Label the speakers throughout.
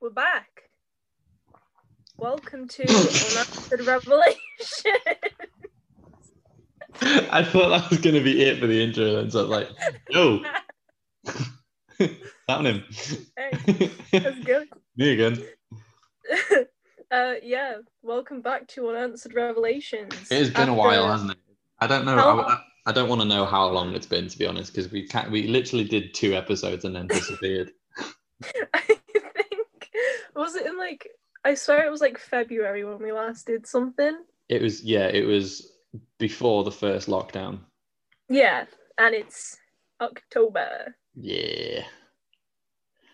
Speaker 1: We're back. Welcome to Unanswered Revelation.
Speaker 2: I thought that was going to be it for the intro, then. So I was like, yo, happening.
Speaker 1: hey,
Speaker 2: Me
Speaker 1: that's good.
Speaker 2: again.
Speaker 1: uh, yeah, welcome back to Unanswered Revelations.
Speaker 2: It has been a while, hasn't it? I don't know.
Speaker 1: How-
Speaker 2: I, I don't want to know how long it's been, to be honest, because we can't, we literally did two episodes and then disappeared.
Speaker 1: I think was it in like I swear it was like February when we last did something.
Speaker 2: it was, yeah, it was before the first lockdown.
Speaker 1: Yeah, and it's October.
Speaker 2: Yeah.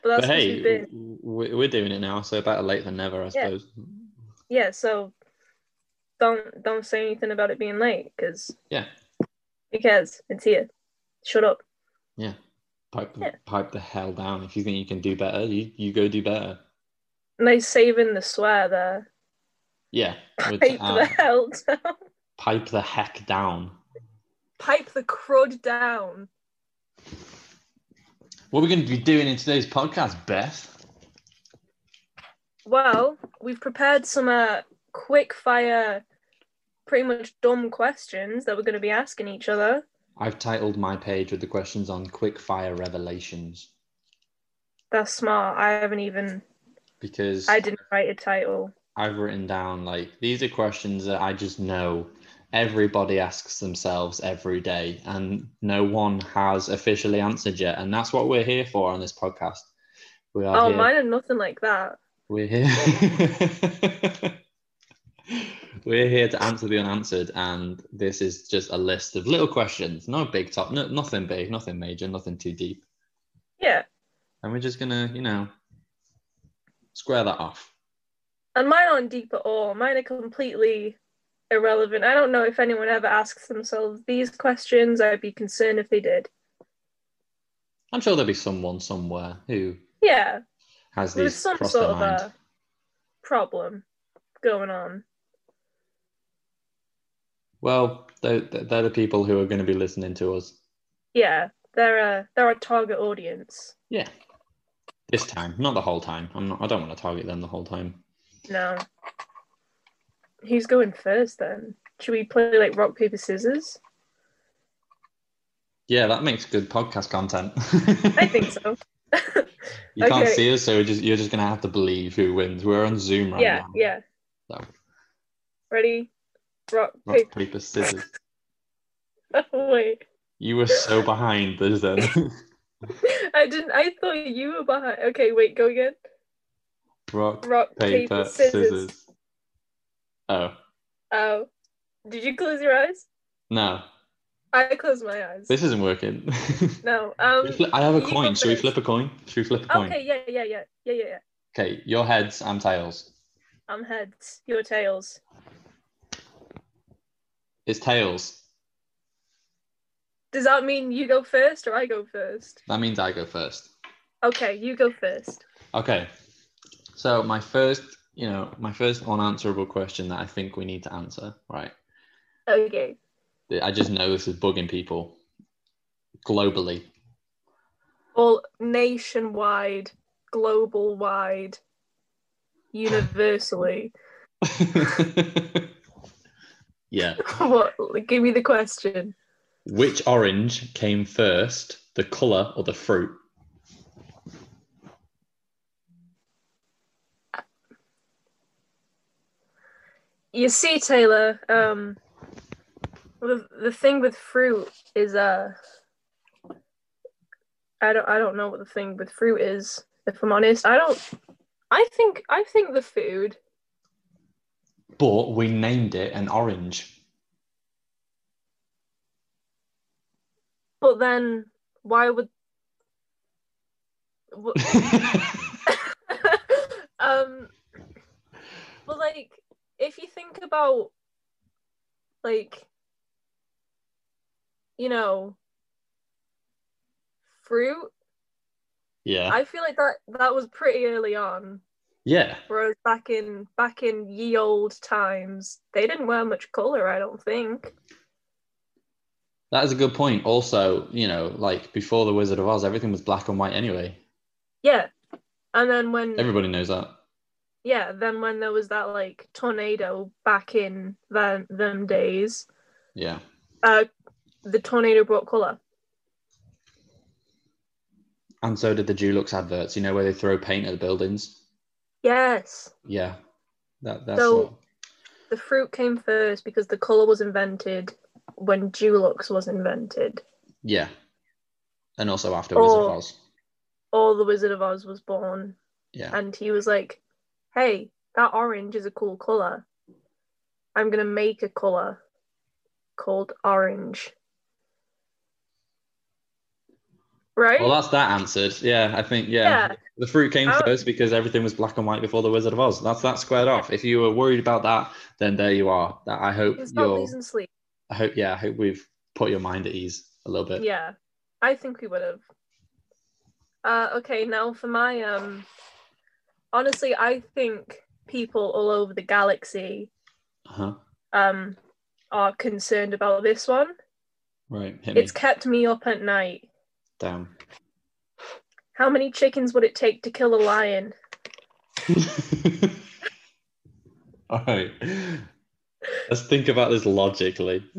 Speaker 1: But that's
Speaker 2: but
Speaker 1: because
Speaker 2: hey,
Speaker 1: we've been
Speaker 2: w- w- we're doing it now, so better late than never, I
Speaker 1: Yeah.
Speaker 2: suppose.
Speaker 1: yeah. So don't don't say anything about it being late because
Speaker 2: Yeah.
Speaker 1: who cares? It's here. Shut up.
Speaker 2: Pipe, the-
Speaker 1: Yeah.
Speaker 2: pipe the hell down. If you think you can do better, you, you go do better.
Speaker 1: Nice saving the swear there.
Speaker 2: Yeah. with,
Speaker 1: Pipe the
Speaker 2: um,
Speaker 1: hell down.
Speaker 2: pipe the heck down.
Speaker 1: Pipe the crud down.
Speaker 2: What are we going to be doing in today's podcast, Beth?
Speaker 1: Well, we've prepared some uh, quick fire, pretty much dumb questions that we're going to be asking each other.
Speaker 2: I've titled my page with the questions on quick fire revelations
Speaker 1: That's smart. I haven't even,
Speaker 2: because
Speaker 1: I didn't write a title.
Speaker 2: I've written down like these are questions that I just know everybody asks themselves every day and no one has officially answered yet. And that's what we're here for on this podcast. We are
Speaker 1: oh,
Speaker 2: here.
Speaker 1: mine are nothing like that.
Speaker 2: We're here. We're here to answer the unanswered, and this is just a list of little questions. No big top, no, nothing big, nothing major, nothing too deep.
Speaker 1: Yeah.
Speaker 2: And we're just gonna, you know, square that off.
Speaker 1: And mine aren't deep at all. Mine are completely irrelevant. I don't know if anyone ever asks themselves these questions. I'd be concerned if they did.
Speaker 2: I'm sure there'll be someone somewhere who
Speaker 1: Yeah.
Speaker 2: has
Speaker 1: There's
Speaker 2: these
Speaker 1: some
Speaker 2: crossed
Speaker 1: sort
Speaker 2: their
Speaker 1: of
Speaker 2: mind.
Speaker 1: a problem going on.
Speaker 2: Well, they're, they're the people who are going to be listening to us.
Speaker 1: Yeah, they're a they're a target audience.
Speaker 2: Yeah, this time, not the whole time. I'm not. I don't want to target them the whole time.
Speaker 1: No, who's going first then? Should we play like rock paper scissors?
Speaker 2: Yeah, that makes good podcast content.
Speaker 1: I think so.
Speaker 2: You can't
Speaker 1: Okay.
Speaker 2: see us, so we're just, you're just gonna have to believe who wins. We're on Zoom right
Speaker 1: yeah,
Speaker 2: now.
Speaker 1: yeah.
Speaker 2: So.
Speaker 1: Ready? Rock
Speaker 2: Rock,
Speaker 1: paper.
Speaker 2: paper, scissors.
Speaker 1: Oh, wait,
Speaker 2: You were so behind this then.
Speaker 1: I didn't. I thought you were behind. Okay, wait, go again.
Speaker 2: Rock,
Speaker 1: Rock
Speaker 2: paper, scissors. Oh
Speaker 1: Oh, did you close your eyes?
Speaker 2: no,
Speaker 1: I closed my eyes.
Speaker 2: this isn't working.
Speaker 1: No. Um.
Speaker 2: I have a
Speaker 1: you go
Speaker 2: coin. Should we
Speaker 1: first.
Speaker 2: flip a coin? Should we flip a coin?
Speaker 1: Okay. Yeah. Yeah. Yeah. Yeah. Yeah. Yeah.
Speaker 2: Okay, your heads, I'm tails.
Speaker 1: I'm heads. Your tails.
Speaker 2: It's tails.
Speaker 1: Does that mean you go first or I go first?
Speaker 2: That means I go first.
Speaker 1: Okay, you go first.
Speaker 2: Okay. So my first, you know, my first unanswerable question that I think we need to answer, right?
Speaker 1: Okay.
Speaker 2: I just know this is bugging people globally.
Speaker 1: All nationwide, global wide, universally.
Speaker 2: yeah.
Speaker 1: what? Give me the question.
Speaker 2: Which orange came first, the color or the fruit?
Speaker 1: You see, Taylor, um, the, the thing with fruit is uh, I don't I don't know what the thing with fruit is. If I'm honest, I don't. I think I think the food.
Speaker 2: But we named it an orange.
Speaker 1: But then, why would? Wh- um but like if you think about like you know fruit
Speaker 2: yeah.
Speaker 1: i feel like that that was pretty early on
Speaker 2: yeah.
Speaker 1: whereas back in back in ye old times they didn't wear much color i don't think
Speaker 2: That is a good point. Also, you know, like before the Wizard of Oz, everything was black and white anyway.
Speaker 1: yeah And then when
Speaker 2: Everybody knows that.
Speaker 1: yeah, then when there was that like tornado back in them them days,
Speaker 2: Yeah.
Speaker 1: uh, the tornado brought color.
Speaker 2: And so did the Dulux adverts, you know, where they throw paint at the buildings.
Speaker 1: Yes,
Speaker 2: Yeah. That that's
Speaker 1: So-
Speaker 2: what,
Speaker 1: the fruit came first because the color was invented when Dulux was invented,
Speaker 2: yeah. And also afterwards it
Speaker 1: Or-
Speaker 2: was.
Speaker 1: or the Wizard of Oz was born,
Speaker 2: Yeah.
Speaker 1: and he was like, "Hey, that orange is a cool color. I'm gonna make a color called orange." Right?
Speaker 2: Well that's that answered. Yeah, I think yeah. The fruit came
Speaker 1: I-
Speaker 2: first because everything was black and white before the Wizard of Oz. That's that squared off. If you were worried about that, then there you are. That I hope
Speaker 1: It's about
Speaker 2: you're
Speaker 1: losing sleep.
Speaker 2: I hope yeah, I hope we've put your mind at ease a little bit.
Speaker 1: Yeah, I think we would have. Uh, okay, now for my um, honestly, I think people all over the galaxy
Speaker 2: Uh-huh.
Speaker 1: um are concerned about this one.
Speaker 2: Right. Hit me
Speaker 1: It's kept me up at night.
Speaker 2: down.
Speaker 1: How many chickens would it take to kill a lion?
Speaker 2: All right. Let's think about this logically.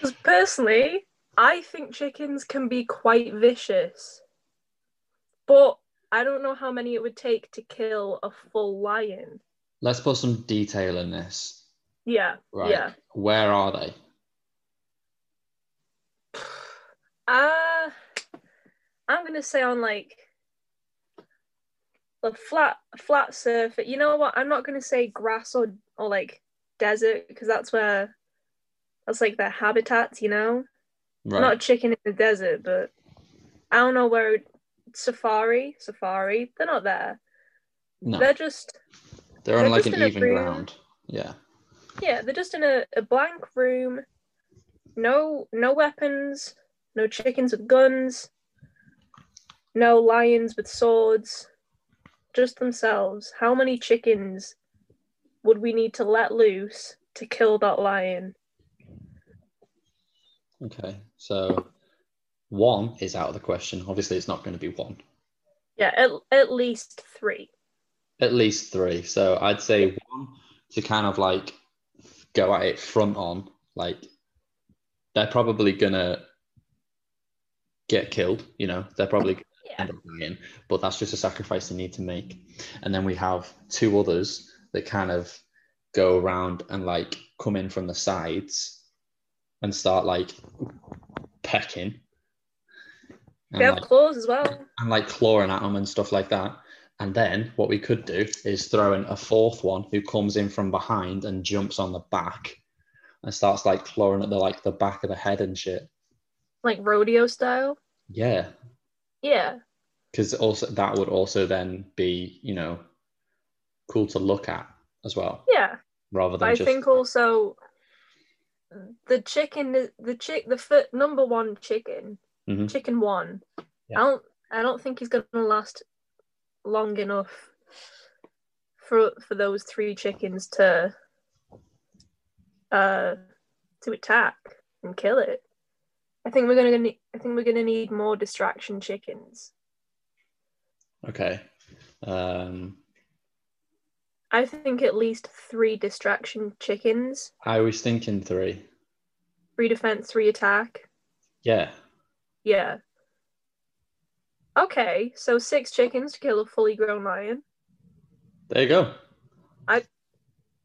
Speaker 1: 'Cause personally, I think chickens can be quite vicious, but I don't know how many it would take to kill a full lion.
Speaker 2: Let's put some detail in this.
Speaker 1: Yeah,
Speaker 2: Right.
Speaker 1: yeah.
Speaker 2: Where are they?
Speaker 1: Uh I'm gonna say on like the flat flat surface. You know what? I'm not gonna say grass or or like desert because that's where that's like their habitats. You know,
Speaker 2: Right.
Speaker 1: not chicken in the desert, but I don't know where it- safari safari. They're not there.
Speaker 2: no. They're,
Speaker 1: They're just
Speaker 2: on
Speaker 1: they're
Speaker 2: like
Speaker 1: just in
Speaker 2: an
Speaker 1: a
Speaker 2: even
Speaker 1: room.
Speaker 2: ground. Yeah.
Speaker 1: yeah. They're just in a, a blank room. No no weapons. No chickens with guns. No lions with swords. Just themselves. How many chickens would we need to let loose to kill that lion?
Speaker 2: Okay. So one is out of the question. Obviously, it's not going to be one.
Speaker 1: Yeah, at, at least three.
Speaker 2: At least three. So I'd say one to kind of like go at it front on. Like they're probably gonna get killed. You know, they're probably gonna
Speaker 1: Yeah.
Speaker 2: end up dying. But that's just a sacrifice they need to make. And then we have two others that kind of go around and like come in from the sides and start like pecking. And,
Speaker 1: They have
Speaker 2: like,
Speaker 1: claws as well.
Speaker 2: and like clawing at them and stuff like that. And then what we could do is throw in a fourth one who comes in from behind and jumps on the back and starts like clawing at the like the back of the head and shit.
Speaker 1: Like rodeo style.
Speaker 2: Yeah,
Speaker 1: Yeah.
Speaker 2: because also that would also then be you know cool to look at as well,
Speaker 1: Yeah.
Speaker 2: rather than
Speaker 1: I
Speaker 2: just
Speaker 1: think also the chicken, the chick, the fir- number one chicken,
Speaker 2: Mhm.
Speaker 1: chicken one.
Speaker 2: Yeah.
Speaker 1: I don't, I don't think he's gonna last long enough for for those three chickens to uh to attack and kill it. I think we're gonna, ne- I think we're gonna need more distraction chickens.
Speaker 2: okay. Um,
Speaker 1: I think at least three distraction chickens,
Speaker 2: I was thinking three.
Speaker 1: three defense, three attack.
Speaker 2: Yeah,
Speaker 1: Yeah. Okay, so six chickens to kill a fully grown lion.
Speaker 2: there you go.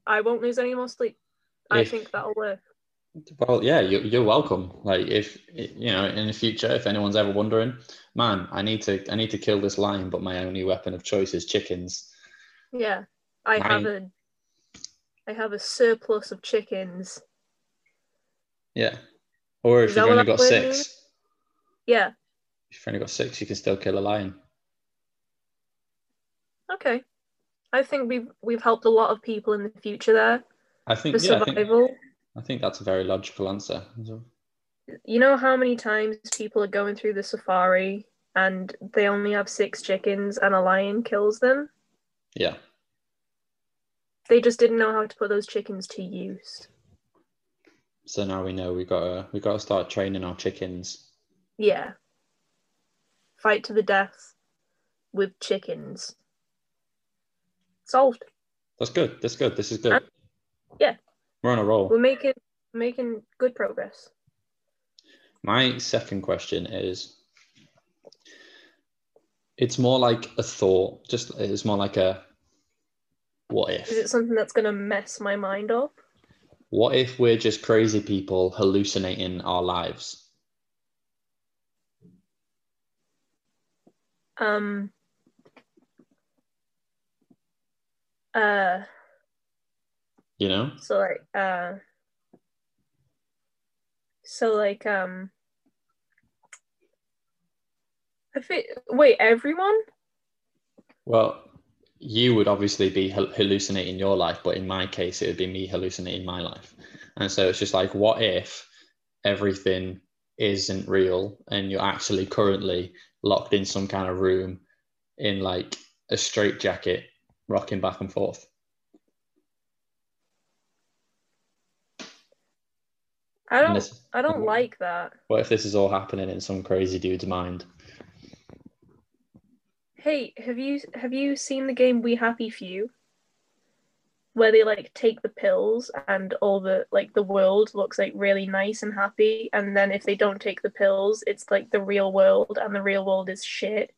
Speaker 1: I won't lose any more sleep. I
Speaker 2: If-
Speaker 1: think that'll work.
Speaker 2: Well, yeah, you're, you're welcome. Like, if you know, in the future, if anyone's ever wondering, man, I need to, I need to kill this lion, but my only weapon of choice is chickens.
Speaker 1: Yeah. I
Speaker 2: Right.
Speaker 1: have a I have a surplus of chickens.
Speaker 2: Yeah. Or if
Speaker 1: Is that
Speaker 2: you've
Speaker 1: what
Speaker 2: only
Speaker 1: I'm
Speaker 2: got
Speaker 1: putting in?
Speaker 2: six,
Speaker 1: Yeah,
Speaker 2: if you've only got six, you can still kill a lion.
Speaker 1: okay. I think we've we've helped a lot of people in the future there
Speaker 2: I think,
Speaker 1: for
Speaker 2: yeah, I think,
Speaker 1: survival.
Speaker 2: I think that's a very logical answer.
Speaker 1: You know how many times people are going through the safari and they only have six chickens and a lion kills them?
Speaker 2: Yeah,
Speaker 1: They just didn't know how to put those chickens to use.
Speaker 2: so now we know we got to, we got to start training our chickens.
Speaker 1: Yeah. Fight to the death. with chickens. Solved.
Speaker 2: That's good. That's good. This is good.
Speaker 1: Yeah.
Speaker 2: We're on a roll.
Speaker 1: We're making making good progress.
Speaker 2: My second question is it's more like a thought, just it's more like a what if?
Speaker 1: Is it something that's gonna mess my mind up?
Speaker 2: What if we're just crazy people hallucinating our lives?
Speaker 1: Um. Uh.
Speaker 2: You know?
Speaker 1: So like. Uh. So like um. I think wait everyone.
Speaker 2: Well, you would obviously be hal- hallucinating your life, but in my case, it would be me hallucinating my life. And so it's just like, what if everything isn't real and you're actually currently locked in some kind of room in like a straitjacket, rocking back and forth?
Speaker 1: I
Speaker 2: And
Speaker 1: don't.
Speaker 2: this-
Speaker 1: I don't like that.
Speaker 2: what if this is all happening in some crazy dude's mind?
Speaker 1: Hey, have you have you seen the game We Happy Few? Where they like take the pills and all the like the world looks like really nice and happy, and then if they don't take the pills, it's like the real world, and the real world is shit.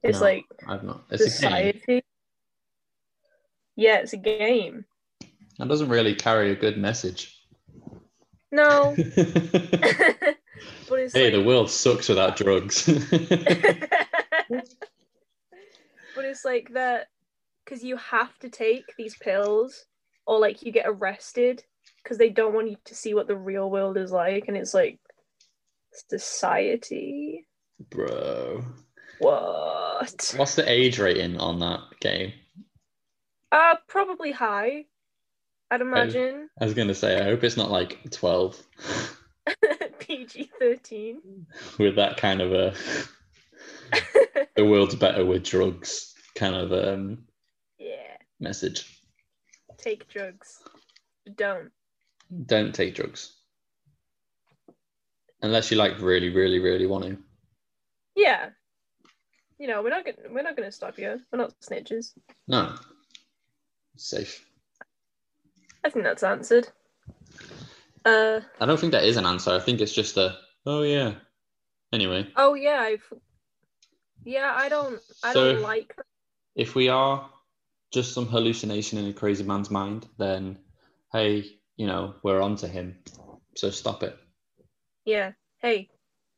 Speaker 1: It's
Speaker 2: No,
Speaker 1: like
Speaker 2: I've not. It's a game.
Speaker 1: society. Yeah, it's a game.
Speaker 2: That doesn't really carry a good message.
Speaker 1: No,
Speaker 2: hey,
Speaker 1: but it's like,
Speaker 2: the world sucks without drugs.
Speaker 1: but it's like that because you have to take these pills or like you get arrested because they don't want you to see what the real world is like and it's like society
Speaker 2: Bro.
Speaker 1: what
Speaker 2: What's the age rating on that game?
Speaker 1: uh probably high i'd imagine
Speaker 2: I was going to say, I hope it's not like 12
Speaker 1: pg-13
Speaker 2: with that kind of a the world's better with drugs kind of um,
Speaker 1: yeah
Speaker 2: message.
Speaker 1: take drugs don't
Speaker 2: Don't take drugs. Unless you like really, really, really want to.
Speaker 1: yeah you know we're not gonna we're not gonna stop you we're not snitches
Speaker 2: No. Safe.
Speaker 1: I think that's answered. Uh
Speaker 2: I don't think that is an answer. I think it's just a, oh yeah. Anyway.
Speaker 1: oh yeah, I've yeah, I don't I
Speaker 2: So-
Speaker 1: don't like
Speaker 2: if we are just some hallucination in a crazy man's mind, then hey, you know, we're on to him. So stop it.
Speaker 1: yeah. Hey,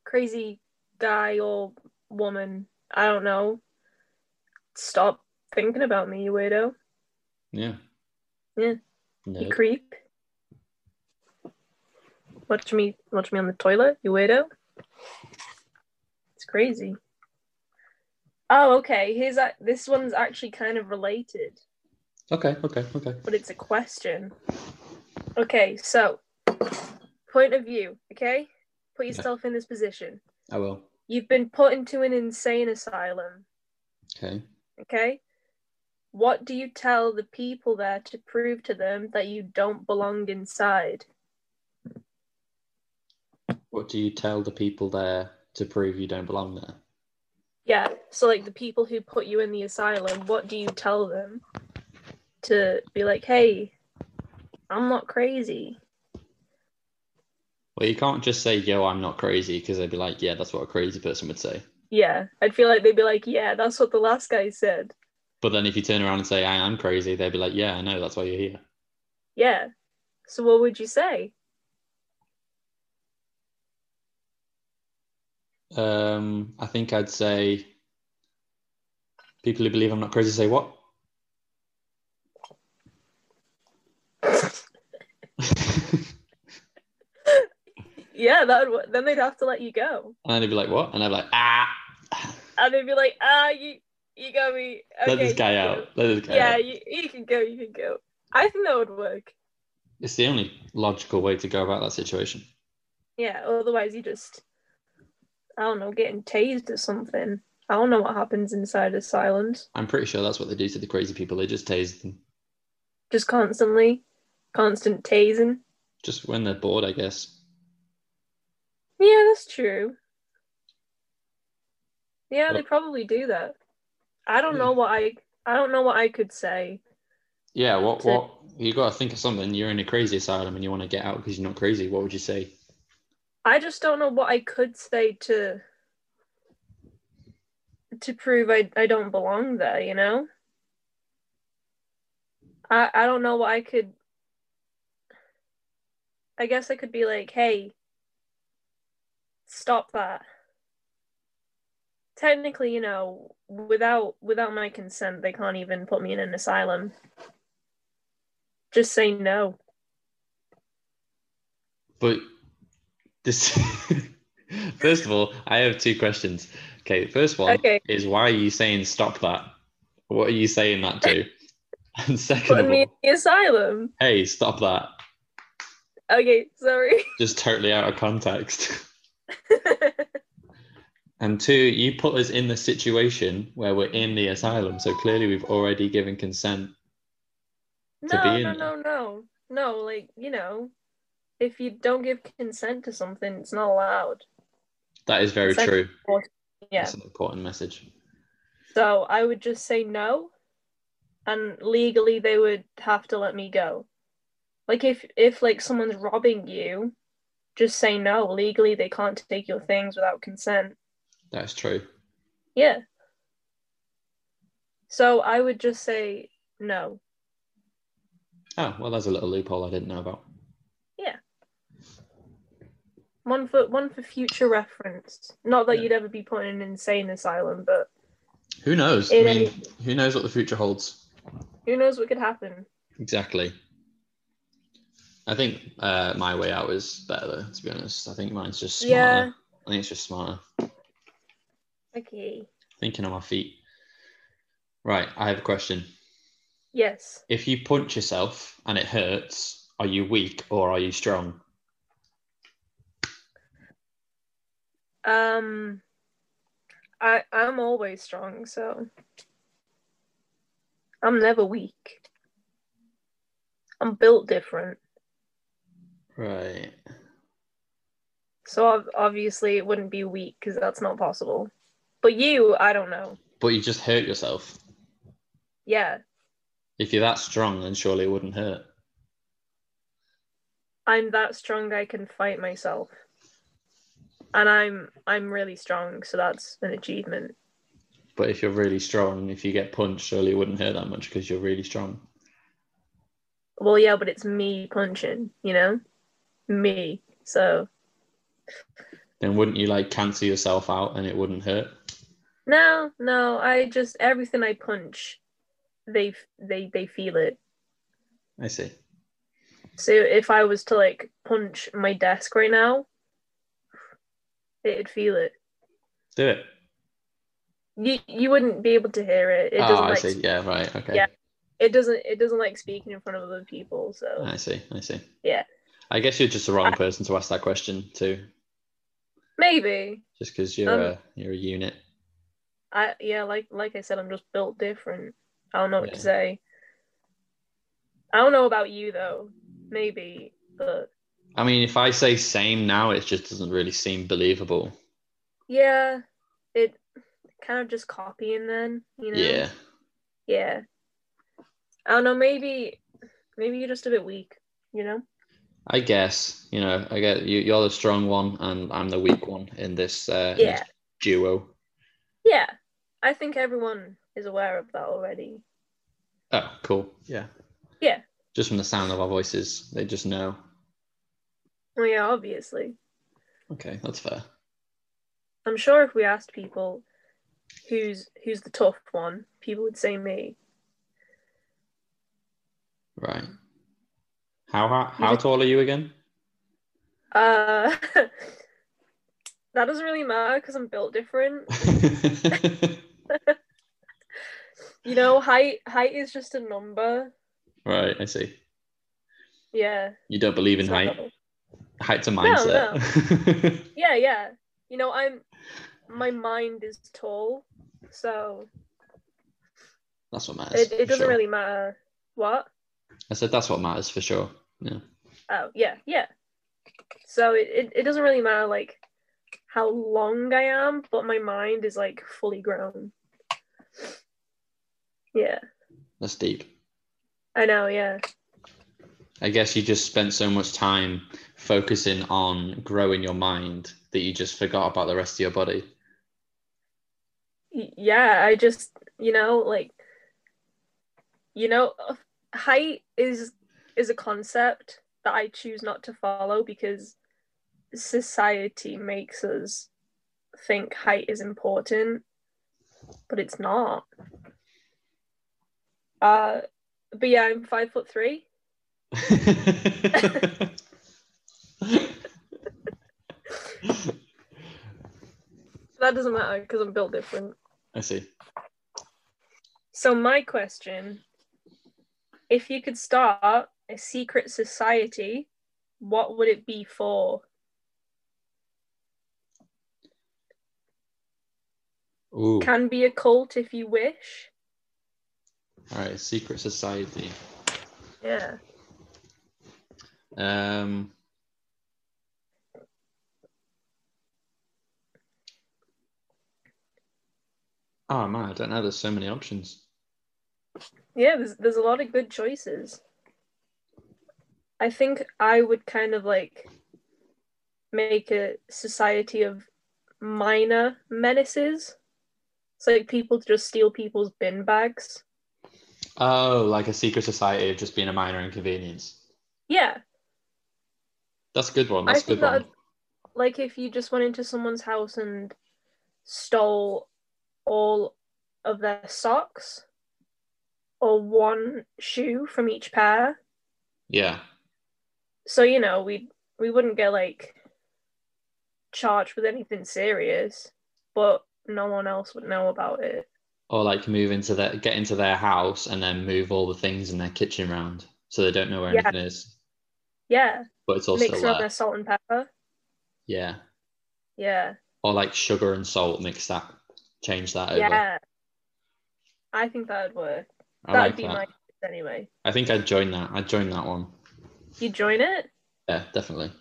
Speaker 1: crazy guy or woman, I don't know. Stop thinking about me, you weirdo.
Speaker 2: Yeah.
Speaker 1: Yeah. You
Speaker 2: Nerd.
Speaker 1: creep. Watch me watch me on the toilet, you weirdo. It's crazy. Oh, okay. Here's that this one's actually kind of related.
Speaker 2: Okay, okay, okay.
Speaker 1: but it's a question. Okay, so point of view, okay? Put yourself in this position.
Speaker 2: I will.
Speaker 1: You've been put into an insane asylum,
Speaker 2: Okay.
Speaker 1: okay? What do you tell the people there to prove to them that you don't belong inside?
Speaker 2: What do you tell the people there to prove you don't belong there?
Speaker 1: Yeah, so like the people who put you in the asylum, what do you tell them to be like, hey, I'm not crazy?
Speaker 2: Well, you can't just say, yo, I'm not crazy, because they'd be like, yeah, that's what a crazy person would say.
Speaker 1: Yeah, I'd feel like they'd be like, yeah, that's what the last guy said.
Speaker 2: But then if you turn around and say, I am crazy, they'd be like, yeah, I know, that's why you're here.
Speaker 1: Yeah. So what would you say?
Speaker 2: Um, I think I'd say people who believe I'm not crazy say what?
Speaker 1: Yeah, that would, then they'd have to let you go,
Speaker 2: And they'd be like, what? And I'd be like, ah,
Speaker 1: and they'd be like, "Ah, you you got me." Okay,
Speaker 2: let this
Speaker 1: you
Speaker 2: guy
Speaker 1: can
Speaker 2: out.
Speaker 1: go."
Speaker 2: Let this guy
Speaker 1: Yeah,
Speaker 2: out.
Speaker 1: you, you can go. You can go. I think that would work.
Speaker 2: It's the only logical way to go about that situation.
Speaker 1: Yeah. Otherwise, you just I don't know, getting tased or something. I don't know what happens inside asylums.
Speaker 2: I'm pretty sure that's what they do to the crazy people. They just tase them.
Speaker 1: Just constantly, constant tasing.
Speaker 2: Just when they're bored, I guess.
Speaker 1: Yeah, that's true. Yeah, they probably do that. I
Speaker 2: Hmm.
Speaker 1: don't know what I I don't know what I could say.
Speaker 2: Yeah, what
Speaker 1: to-
Speaker 2: what you got to think of something. You're in a crazy asylum and you want to get out because you're not crazy. What would you say?
Speaker 1: I just don't know what I could say to to prove I, I don't belong there, you know? I I don't know what I could I guess I could be like, hey, stop that. Technically, you know, without without my consent, they can't even put me in an asylum. Just say no.
Speaker 2: But this first of all, I have two questions. Okay, first one
Speaker 1: Okay.
Speaker 2: is why are you saying stop that? What are you saying that to? And second
Speaker 1: Put
Speaker 2: of
Speaker 1: me in
Speaker 2: all,
Speaker 1: the asylum.
Speaker 2: hey, stop that.
Speaker 1: Okay, sorry.
Speaker 2: Just totally out of context. And two, you put us in the situation where we're in the asylum, so clearly we've already given consent.
Speaker 1: no,
Speaker 2: be
Speaker 1: no,
Speaker 2: in
Speaker 1: no, no, no. Like you know, if you don't give consent to something, it's not allowed.
Speaker 2: That is very
Speaker 1: Consent-
Speaker 2: true.
Speaker 1: Yeah.
Speaker 2: That's an important message.
Speaker 1: So I would just say no, and legally they would have to let me go. Like if if like someone's robbing you, just say no. Legally they can't take your things without consent.
Speaker 2: That's true.
Speaker 1: Yeah. So I would just say no.
Speaker 2: Oh, well, there's a little loophole I didn't know about.
Speaker 1: One for one for future reference. Not that
Speaker 2: Yeah.
Speaker 1: you'd ever be put in an insane asylum, but
Speaker 2: Who knows? I
Speaker 1: It
Speaker 2: mean, who knows what the future holds?
Speaker 1: who knows what could happen.
Speaker 2: Exactly. I think uh, my way out is better, though, to be honest. I think mine's just smarter.
Speaker 1: Yeah.
Speaker 2: I think it's just smarter.
Speaker 1: Okay.
Speaker 2: Thinking on my feet. Right, I have a question.
Speaker 1: Yes.
Speaker 2: If you punch yourself and it hurts, are you weak or are you strong?
Speaker 1: Um I I'm always strong, so I'm never weak. I'm built different.
Speaker 2: Right.
Speaker 1: So ob- obviously it wouldn't be weak cuz that's not possible. But you, I don't know.
Speaker 2: But you just hurt yourself.
Speaker 1: Yeah.
Speaker 2: If you're that strong, then surely it wouldn't hurt.
Speaker 1: I'm that strong I can fight myself. And I'm I'm really strong, so that's an achievement.
Speaker 2: But if you're really strong, if you get punched, surely it wouldn't hurt that much because you're really strong.
Speaker 1: Well, yeah, but it's me punching, you know? Me. So,
Speaker 2: Then wouldn't you like cancel yourself out and it wouldn't hurt?
Speaker 1: no, no, I just everything I punch, they f- they they feel it.
Speaker 2: I see.
Speaker 1: So if I was to like punch my desk right now, it'd feel it.
Speaker 2: Do it.
Speaker 1: You you wouldn't be able to hear it. It
Speaker 2: Ah,
Speaker 1: doesn't
Speaker 2: I
Speaker 1: like
Speaker 2: see. Yeah, right. Okay.
Speaker 1: Yeah. it doesn't it doesn't like speaking in front of other people. So,
Speaker 2: I see. I see.
Speaker 1: Yeah.
Speaker 2: I guess you're just the wrong person to ask that question to,
Speaker 1: maybe
Speaker 2: just because you're
Speaker 1: Um,
Speaker 2: a you're a unit.
Speaker 1: I yeah, like like I said, I'm just built different. I don't know what
Speaker 2: Yeah.
Speaker 1: to say. I don't know about you though. Maybe, but
Speaker 2: I mean, if I say same now, it just doesn't really seem believable.
Speaker 1: yeah, it kind of just copying then, you know?
Speaker 2: Yeah.
Speaker 1: Yeah. I don't know, maybe maybe you're just a bit weak, you know?
Speaker 2: I guess you know. I get you. You're the strong one, and I'm the weak one in this, uh, in this
Speaker 1: Yeah.
Speaker 2: duo.
Speaker 1: Yeah. I think everyone is aware of that already.
Speaker 2: Oh, cool. Yeah.
Speaker 1: Yeah.
Speaker 2: Just from the sound of our voices, they just know.
Speaker 1: Well Oh, yeah, obviously.
Speaker 2: Okay, that's fair.
Speaker 1: I'm sure if we asked people who's who's the tough one, people would say me.
Speaker 2: Right. How how,
Speaker 1: You
Speaker 2: how
Speaker 1: just-
Speaker 2: tall are you again?
Speaker 1: Uh that doesn't really matter because I'm built different. You know, height height is just a number.
Speaker 2: right. I see.
Speaker 1: Yeah.
Speaker 2: You don't believe in height.
Speaker 1: so-
Speaker 2: Height's a
Speaker 1: no.
Speaker 2: mindset.
Speaker 1: Yeah, yeah. You know, I'm my mind is tall, so
Speaker 2: that's what matters.
Speaker 1: it, it
Speaker 2: for
Speaker 1: doesn't
Speaker 2: sure.
Speaker 1: really matter what.
Speaker 2: I said that's what matters for sure. Yeah.
Speaker 1: Oh, yeah, yeah. So it, it, it doesn't really matter like how long I am, but my mind is like fully grown. Yeah,
Speaker 2: That's deep.
Speaker 1: I know. Yeah,
Speaker 2: I guess you just spent so much time focusing on growing your mind that you just forgot about the rest of your body.
Speaker 1: Y- yeah. I just you know like you know uh, height is is a concept that I choose not to follow because society makes us think height is important, but it's not. Uh, but yeah, I'm five foot three. That doesn't matter because I'm built different.
Speaker 2: I see.
Speaker 1: So my question, if you could start a secret society, what would it be for?
Speaker 2: Ooh.
Speaker 1: Can be a cult if you wish.
Speaker 2: All right, secret society.
Speaker 1: Yeah.
Speaker 2: Um, oh man, I don't know. There's so many options.
Speaker 1: Yeah, there's there's a lot of good choices. I think I would kind of like make a society of minor menaces. It's like people just steal people's bin bags.
Speaker 2: Oh, like a secret society of just being a minor inconvenience.
Speaker 1: Yeah.
Speaker 2: That's a good one.
Speaker 1: I
Speaker 2: That's a
Speaker 1: think
Speaker 2: good one.
Speaker 1: that- like if you just went into someone's house and stole all of their socks or one shoe from each pair
Speaker 2: Yeah.
Speaker 1: so you know we we wouldn't get like charged with anything serious but no one else would know about it
Speaker 2: Or like move into their get into their house and then move all the things in their kitchen round so they don't know where
Speaker 1: Yeah.
Speaker 2: anything is.
Speaker 1: yeah
Speaker 2: But it's all still
Speaker 1: mixing up
Speaker 2: there.
Speaker 1: their salt and pepper
Speaker 2: Yeah.
Speaker 1: yeah
Speaker 2: Or like sugar and salt, mix that, change that over.
Speaker 1: yeah i think that would work
Speaker 2: I
Speaker 1: that
Speaker 2: like
Speaker 1: would be
Speaker 2: that.
Speaker 1: my anyway
Speaker 2: I think I'd join that. I'd join that one.
Speaker 1: you join it
Speaker 2: Yeah, definitely.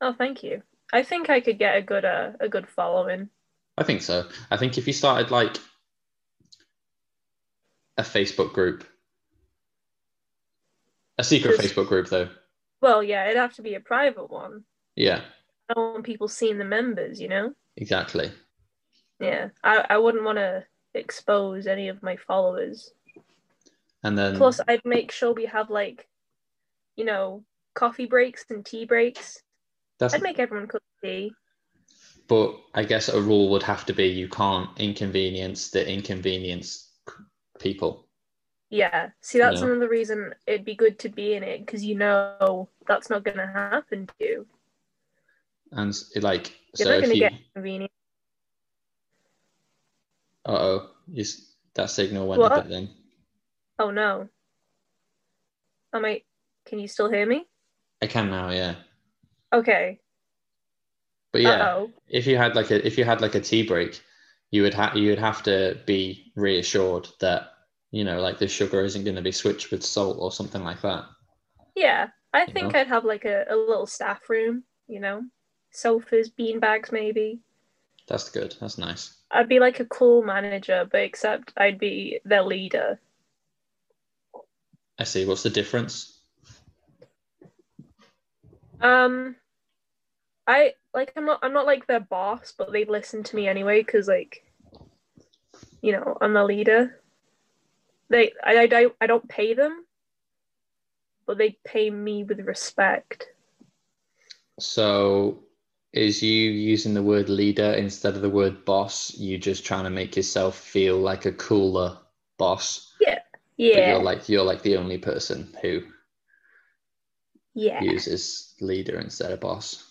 Speaker 1: oh thank you i think i could get a good uh, a good following
Speaker 2: I think so. I think if you started like a Facebook group, a secret
Speaker 1: Just-
Speaker 2: Facebook group though.
Speaker 1: Well, yeah, it'd have to be a private one.
Speaker 2: Yeah,
Speaker 1: I don't want people seeing the members, you know?
Speaker 2: exactly.
Speaker 1: Yeah. I, I wouldn't want to expose any of my followers.
Speaker 2: And then
Speaker 1: Plus, I'd make sure we have, like, you know, coffee breaks and tea breaks.
Speaker 2: that's
Speaker 1: I'd make everyone cup of tea.
Speaker 2: but I guess a rule would have to be you can't inconvenience the inconvenience c- people.
Speaker 1: Yeah. See, that's
Speaker 2: Yeah.
Speaker 1: another reason it'd be good to be in it because you know that's not going to happen to you.
Speaker 2: And s- like
Speaker 1: You're
Speaker 2: so
Speaker 1: not
Speaker 2: if
Speaker 1: going to
Speaker 2: you
Speaker 1: get convenient.
Speaker 2: uh oh, you s- that signal went
Speaker 1: What?
Speaker 2: a bit then.
Speaker 1: Oh, no. Oh, mate, can you still hear me?
Speaker 2: I can now, yeah.
Speaker 1: Okay.
Speaker 2: But yeah.
Speaker 1: Uh-oh.
Speaker 2: if you had like a if you had like a tea break, you would have you would have to be reassured that you know like the sugar isn't going to be switched with salt or something like that.
Speaker 1: Yeah, I
Speaker 2: You
Speaker 1: think
Speaker 2: know?
Speaker 1: I'd have like a, a little staff room, you know, sofas, beanbags, maybe.
Speaker 2: That's good. That's nice.
Speaker 1: I'd be like a cool manager, but except I'd be their leader.
Speaker 2: I see. What's the difference?
Speaker 1: Um, I like I'm not I'm not like their boss, but they listen to me anyway because like, you know, I'm the leader. They I I don't I don't pay them, but they pay me with respect.
Speaker 2: So is you using the word leader instead of the word boss? You just trying to make yourself feel like a cooler boss. But
Speaker 1: Yeah,
Speaker 2: you're like you're like the only person who
Speaker 1: yeah.
Speaker 2: uses leader instead of boss.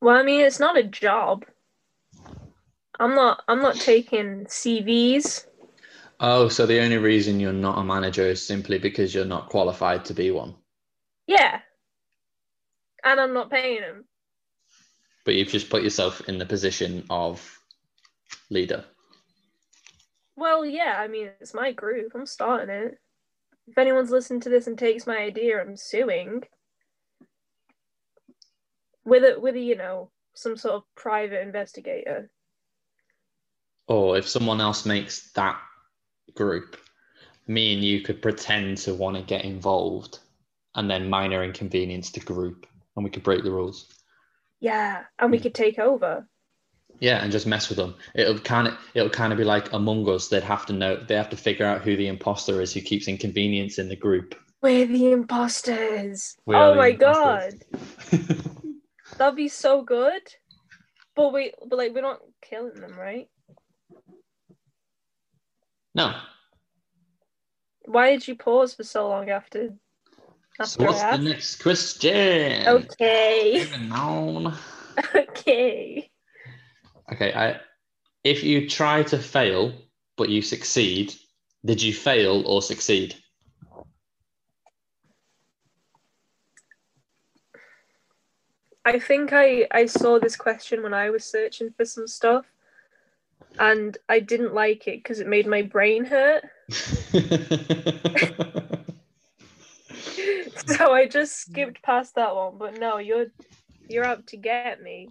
Speaker 1: Well, I mean, it's not a job. I'm not. I'm not taking CVs.
Speaker 2: Oh, so the only reason you're not a manager is simply because you're not qualified to be one.
Speaker 1: Yeah, and I'm not paying them.
Speaker 2: but you've just put yourself in the position of leader.
Speaker 1: Well, yeah. I mean, it's my group. I'm starting it. If anyone's listened to this and takes my idea, I'm suing. With a with a you know some sort of private investigator.
Speaker 2: Or if someone else makes that group, me and you could pretend to want to get involved and then minor inconvenience the group and we could break the rules.
Speaker 1: Yeah, and
Speaker 2: Hmm.
Speaker 1: we could take over.
Speaker 2: Yeah, and just mess with them. It'll kind of it'll kind of be like Among Us. They'd have to know they have to figure out who the imposter is who keeps inconvenience in the group.
Speaker 1: We're the imposters.
Speaker 2: We are
Speaker 1: oh
Speaker 2: the
Speaker 1: my god,
Speaker 2: imposters.
Speaker 1: that'd be so good. But we, but like, we're not killing them, right?
Speaker 2: no.
Speaker 1: Why did you pause for so long after?
Speaker 2: So
Speaker 1: After
Speaker 2: what's
Speaker 1: I
Speaker 2: the
Speaker 1: asked?
Speaker 2: next question?
Speaker 1: Okay,
Speaker 2: Moving on.
Speaker 1: okay.
Speaker 2: Okay, I, if you try to fail but you succeed, did you fail or succeed?
Speaker 1: I think I I saw this question when I was searching for some stuff, and I didn't like it because it made my brain hurt. so I just skipped past that one. But no, you're you're out to get me.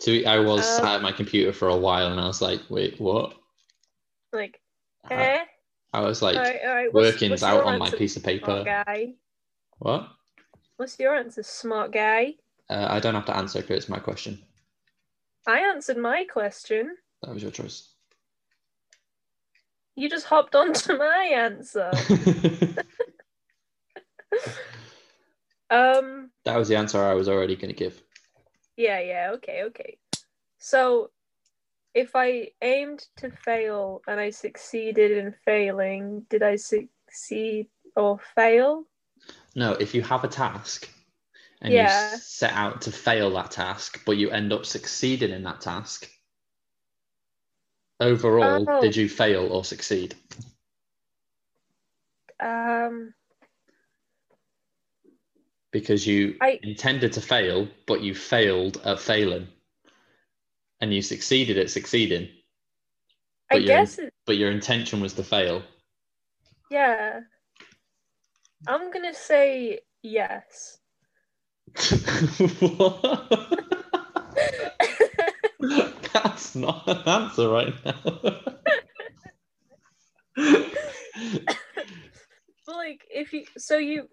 Speaker 2: to, I was
Speaker 1: Um,
Speaker 2: sat at my computer for a while and I was like, wait, what?
Speaker 1: Like,
Speaker 2: I,
Speaker 1: eh?
Speaker 2: I was Uh, like,
Speaker 1: all right, all right. What's,
Speaker 2: workings
Speaker 1: what's
Speaker 2: out
Speaker 1: your
Speaker 2: on my
Speaker 1: answer,
Speaker 2: piece of
Speaker 1: smart
Speaker 2: paper.
Speaker 1: guy?
Speaker 2: What?
Speaker 1: What's your answer, smart guy?
Speaker 2: Uh, I don't have to answer because it's my question.
Speaker 1: I answered my question.
Speaker 2: That was your choice.
Speaker 1: You just hopped onto my answer.
Speaker 2: that
Speaker 1: um.
Speaker 2: was the answer I was already going to give.
Speaker 1: Yeah, yeah, okay, okay. So if I aimed to fail and I succeeded in failing, did I succeed or fail?
Speaker 2: No, if you have a task and
Speaker 1: Yeah.
Speaker 2: you set out to fail that task, but you end up succeeding in that task, overall,
Speaker 1: Oh.
Speaker 2: did you fail or succeed?
Speaker 1: Um
Speaker 2: Because you
Speaker 1: I-
Speaker 2: intended to fail, but you failed at failing and you succeeded at succeeding,
Speaker 1: I
Speaker 2: But you're-
Speaker 1: guess it,
Speaker 2: but your intention was to fail.
Speaker 1: yeah. I'm going to say yes.
Speaker 2: That's not an answer right now.
Speaker 1: But like if you so you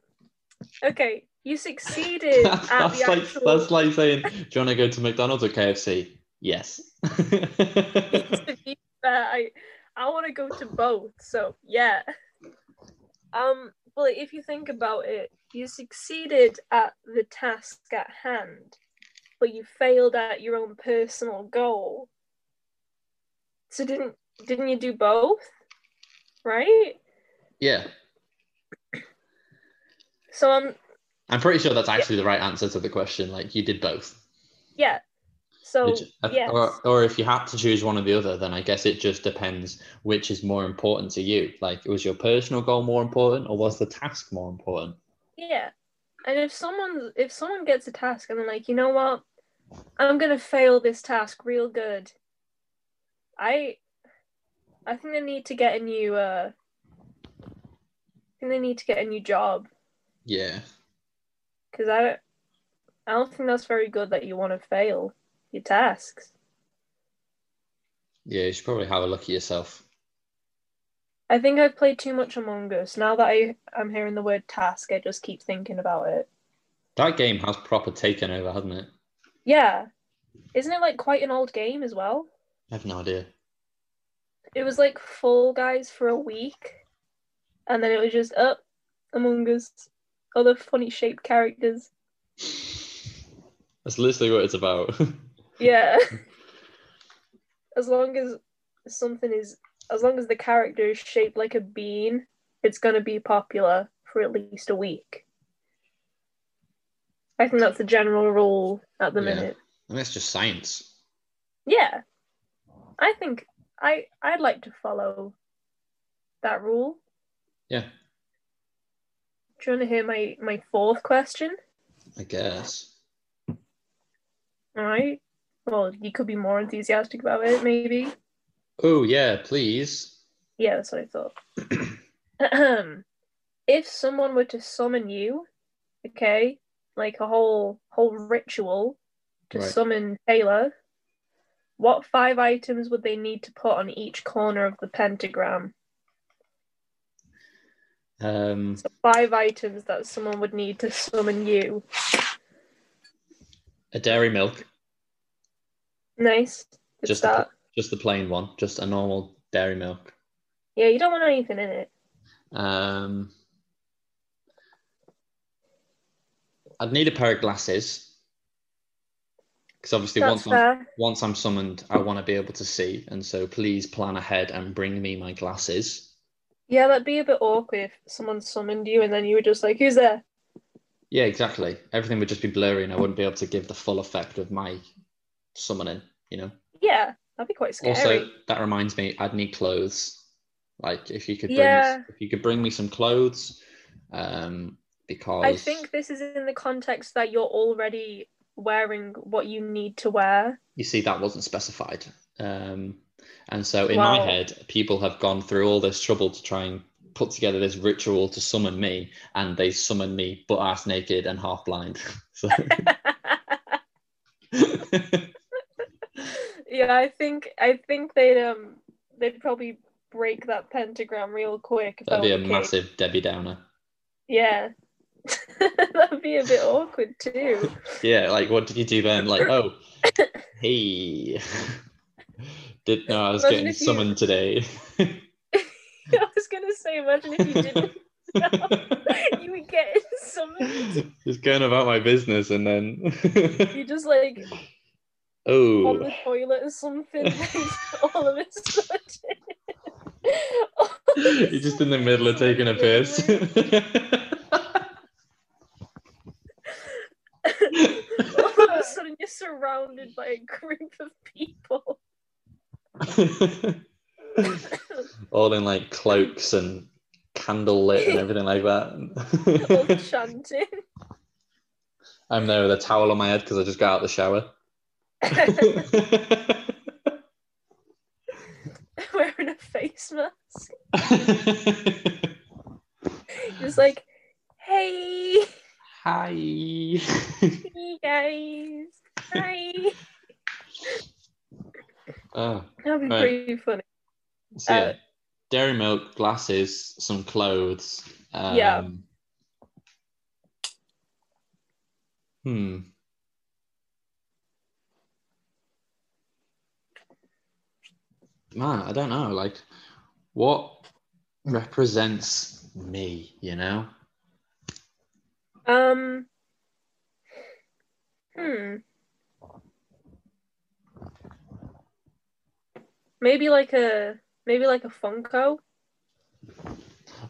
Speaker 1: okay, you succeeded at
Speaker 2: that's,
Speaker 1: the
Speaker 2: that's like
Speaker 1: actual
Speaker 2: that's like saying, "Do you want to go to McDonald's or KFC?" Yes.
Speaker 1: to be fair, I I want to go to both. So yeah. Um, but if you think about it, you succeeded at the task at hand, but you failed at your own personal goal. So didn't didn't you do both? Right.
Speaker 2: yeah,
Speaker 1: So um, I'm
Speaker 2: I'm pretty sure that's actually the right answer to the question. Like you did both.
Speaker 1: yeah. So
Speaker 2: It- uh,
Speaker 1: yes.
Speaker 2: or, or if you had to choose one or the other, then I guess it just depends which is more important to you. Like, was your personal goal more important, or was the task more important?
Speaker 1: Yeah. And if someone if someone gets a task and they're like, you know what, I'm gonna fail this task real good. I I think they need to get a new uh I think they need to get a new job
Speaker 2: Yeah.
Speaker 1: because I don't I don't think that's very good that you want to fail your tasks.
Speaker 2: Yeah, you should probably have a look at yourself.
Speaker 1: I think I've played too much Among Us. Now that I I'm hearing the word task, I just keep thinking about it.
Speaker 2: That game has proper taken over, hasn't it?
Speaker 1: Yeah. Isn't it like quite an old game as well?
Speaker 2: I have no idea.
Speaker 1: it was like Fall Guys for a week, and then it was just up Among Us, other funny shaped characters.
Speaker 2: That's literally what it's about.
Speaker 1: Yeah, as long as something is, as long as the character is shaped like a bean, it's gonna be popular for at least a week. I think that's the general rule at the
Speaker 2: Yeah.
Speaker 1: minute.
Speaker 2: and that's just science.
Speaker 1: Yeah, I think I I'd like to follow that rule.
Speaker 2: Yeah,
Speaker 1: Do you want to hear my my fourth question?
Speaker 2: I guess.
Speaker 1: All right. Well, you could be more enthusiastic about it, maybe.
Speaker 2: Oh yeah, please.
Speaker 1: Yeah, that's what I thought. Ahem. if someone were to summon you, okay, like a whole whole ritual to
Speaker 2: Right.
Speaker 1: summon Taylor, what five items would they need to put on each corner of the pentagram?
Speaker 2: Um,
Speaker 1: So five items that someone would need to summon you.
Speaker 2: a dairy milk,
Speaker 1: Nice. Good
Speaker 2: Just the-
Speaker 1: start.
Speaker 2: just the plain one, just a normal dairy milk.
Speaker 1: Yeah, you don't want anything in it.
Speaker 2: Um, I'd need a pair of glasses because obviously
Speaker 1: That's
Speaker 2: once I'm,
Speaker 1: fair.
Speaker 2: once I'm summoned, I want to be able to see, and so please plan ahead and bring me my glasses.
Speaker 1: Yeah, that'd be a bit awkward if someone summoned you and then you were just like, who's there?
Speaker 2: Yeah, exactly. Everything would just be blurry, and I wouldn't be able to give the full effect of my summoning. You know.
Speaker 1: Yeah, that'd be quite scary.
Speaker 2: Also, that reminds me, I'd need clothes. Like if you could, bring
Speaker 1: Yeah.
Speaker 2: me, if you could bring me some clothes, um, because
Speaker 1: I think this is in the context that you're already wearing what you need to wear.
Speaker 2: you see that wasn't specified. Um, and so in my
Speaker 1: Wow.
Speaker 2: head, people have gone through all this trouble to try and put together this ritual to summon me, and they summon me butt ass naked and half blind. so,
Speaker 1: yeah, I think I think they'd um they'd probably break that pentagram real quick. if
Speaker 2: that'd
Speaker 1: that
Speaker 2: be a
Speaker 1: were the case.
Speaker 2: massive Debbie Downer.
Speaker 1: Yeah. that'd be a bit awkward too.
Speaker 2: Yeah, like what did you do then? Like, oh, hey, did no, I was
Speaker 1: Imagine
Speaker 2: getting
Speaker 1: if you-
Speaker 2: summoned today.
Speaker 1: I was gonna say, imagine if you didn't you would get summoned.
Speaker 2: Just going about my business, and then
Speaker 1: You just like on
Speaker 2: oh,
Speaker 1: the toilet or something, and all of a sudden. Oh, all of a
Speaker 2: you're just in the
Speaker 1: sudden
Speaker 2: middle of taking a piss.
Speaker 1: suddenly- all of a sudden, you're surrounded by a group of people.
Speaker 2: All in like cloaks and candle lit and everything like
Speaker 1: all
Speaker 2: that.
Speaker 1: chanting.
Speaker 2: I'm there with a towel on my head because I just got out the shower.
Speaker 1: Wearing a face mask. Just like, hey,
Speaker 2: Hi.
Speaker 1: you guys. Hi.
Speaker 2: oh,
Speaker 1: That'd be
Speaker 2: Right.
Speaker 1: pretty funny.
Speaker 2: so yeah,
Speaker 1: Uh,
Speaker 2: dairy milk, glasses, some clothes. Um,
Speaker 1: Yeah.
Speaker 2: Hmm. Man, I don't know. Like, what represents me? You know.
Speaker 1: Um. Hmm. Maybe like a maybe like a Funko.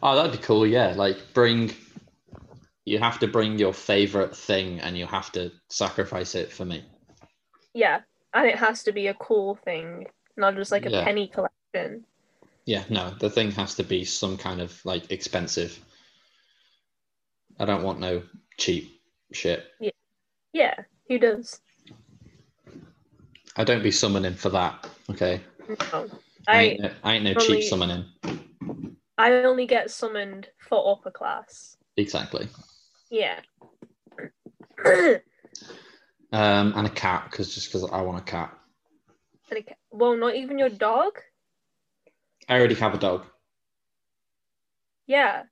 Speaker 2: Oh, that'd be cool. Yeah, like bring. You have to bring your favorite thing, and you have to sacrifice it for me.
Speaker 1: Yeah, and it has to be a cool thing, not just like a
Speaker 2: Yeah.
Speaker 1: penny collection.
Speaker 2: Yeah, no, the thing has to be some kind of like expensive. I don't want no cheap shit.
Speaker 1: Yeah, who does?
Speaker 2: I don't be summoning for that. Okay,
Speaker 1: No.
Speaker 2: I
Speaker 1: I
Speaker 2: ain't no, I ain't no
Speaker 1: only-
Speaker 2: cheap summoning.
Speaker 1: I only get summoned for upper class.
Speaker 2: Exactly.
Speaker 1: Yeah.
Speaker 2: Um, and a cat, because just because I want a cat.
Speaker 1: Like, well, not even your dog.
Speaker 2: I already have a dog.
Speaker 1: Yeah.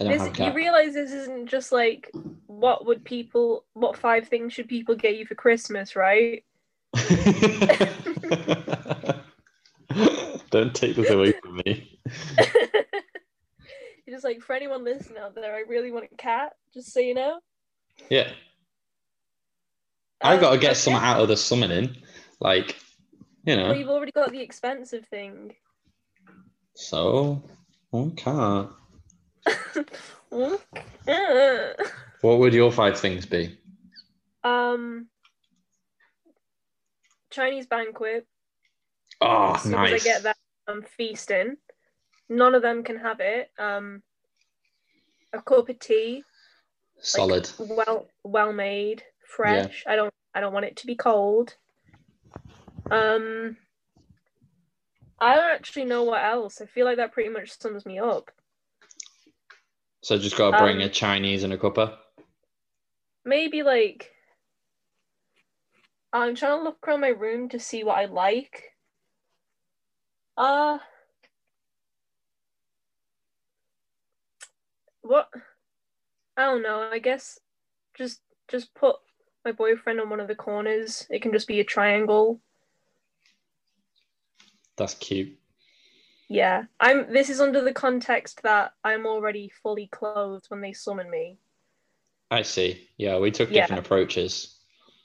Speaker 2: I don't
Speaker 1: This,
Speaker 2: have a
Speaker 1: you
Speaker 2: cat.
Speaker 1: realize this isn't just like what would people, what five things should people get you for Christmas, right?
Speaker 2: don't take this away from me.
Speaker 1: You're just like, for anyone listening out there, I really want a cat, just so you know.
Speaker 2: Yeah. I
Speaker 1: Um,
Speaker 2: got to get
Speaker 1: okay.
Speaker 2: some out of the summoning, like you know.
Speaker 1: Well, you've already got the expensive thing.
Speaker 2: So one cat.
Speaker 1: um,
Speaker 2: What would your five things be?
Speaker 1: Chinese banquet.
Speaker 2: Oh,
Speaker 1: As soon
Speaker 2: nice.
Speaker 1: as I get that, I'm feasting. None of them can have it. Um, a cup of tea,
Speaker 2: Solid.
Speaker 1: well, well made, fresh. I don't, I don't want it to be cold. Um, I don't actually know what else. I feel like that pretty much sums me up.
Speaker 2: so just got to bring
Speaker 1: um,
Speaker 2: a Chinese and a cuppa.
Speaker 1: maybe like I'm trying to look around my room to see what I like. Uh what I don't know, I guess just just put my boyfriend on one of the corners. It can just be a triangle.
Speaker 2: That's cute.
Speaker 1: Yeah. I'm this is under the context that I'm already fully clothed when they summon me.
Speaker 2: I see. Yeah, we took
Speaker 1: Yeah.
Speaker 2: different approaches.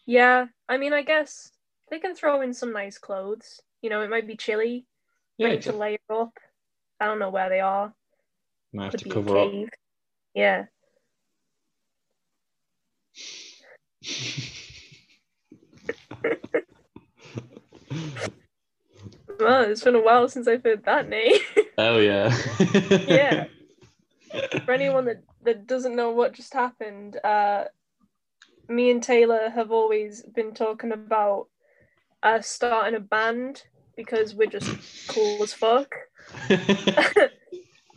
Speaker 1: Yeah, I mean I guess they can throw in some nice clothes. You know, it might be chilly.
Speaker 2: Yeah,
Speaker 1: ready to
Speaker 2: just,
Speaker 1: layer up. I don't know where they are.
Speaker 2: might have
Speaker 1: Could
Speaker 2: to
Speaker 1: be a
Speaker 2: cover up.
Speaker 1: cave. Yeah. Well, it's been a while since I've heard that name.
Speaker 2: oh yeah.
Speaker 1: Yeah. For anyone that, that doesn't know what just happened, uh, me and Taylor have always been talking about uh, starting a band because we're just cool as fuck.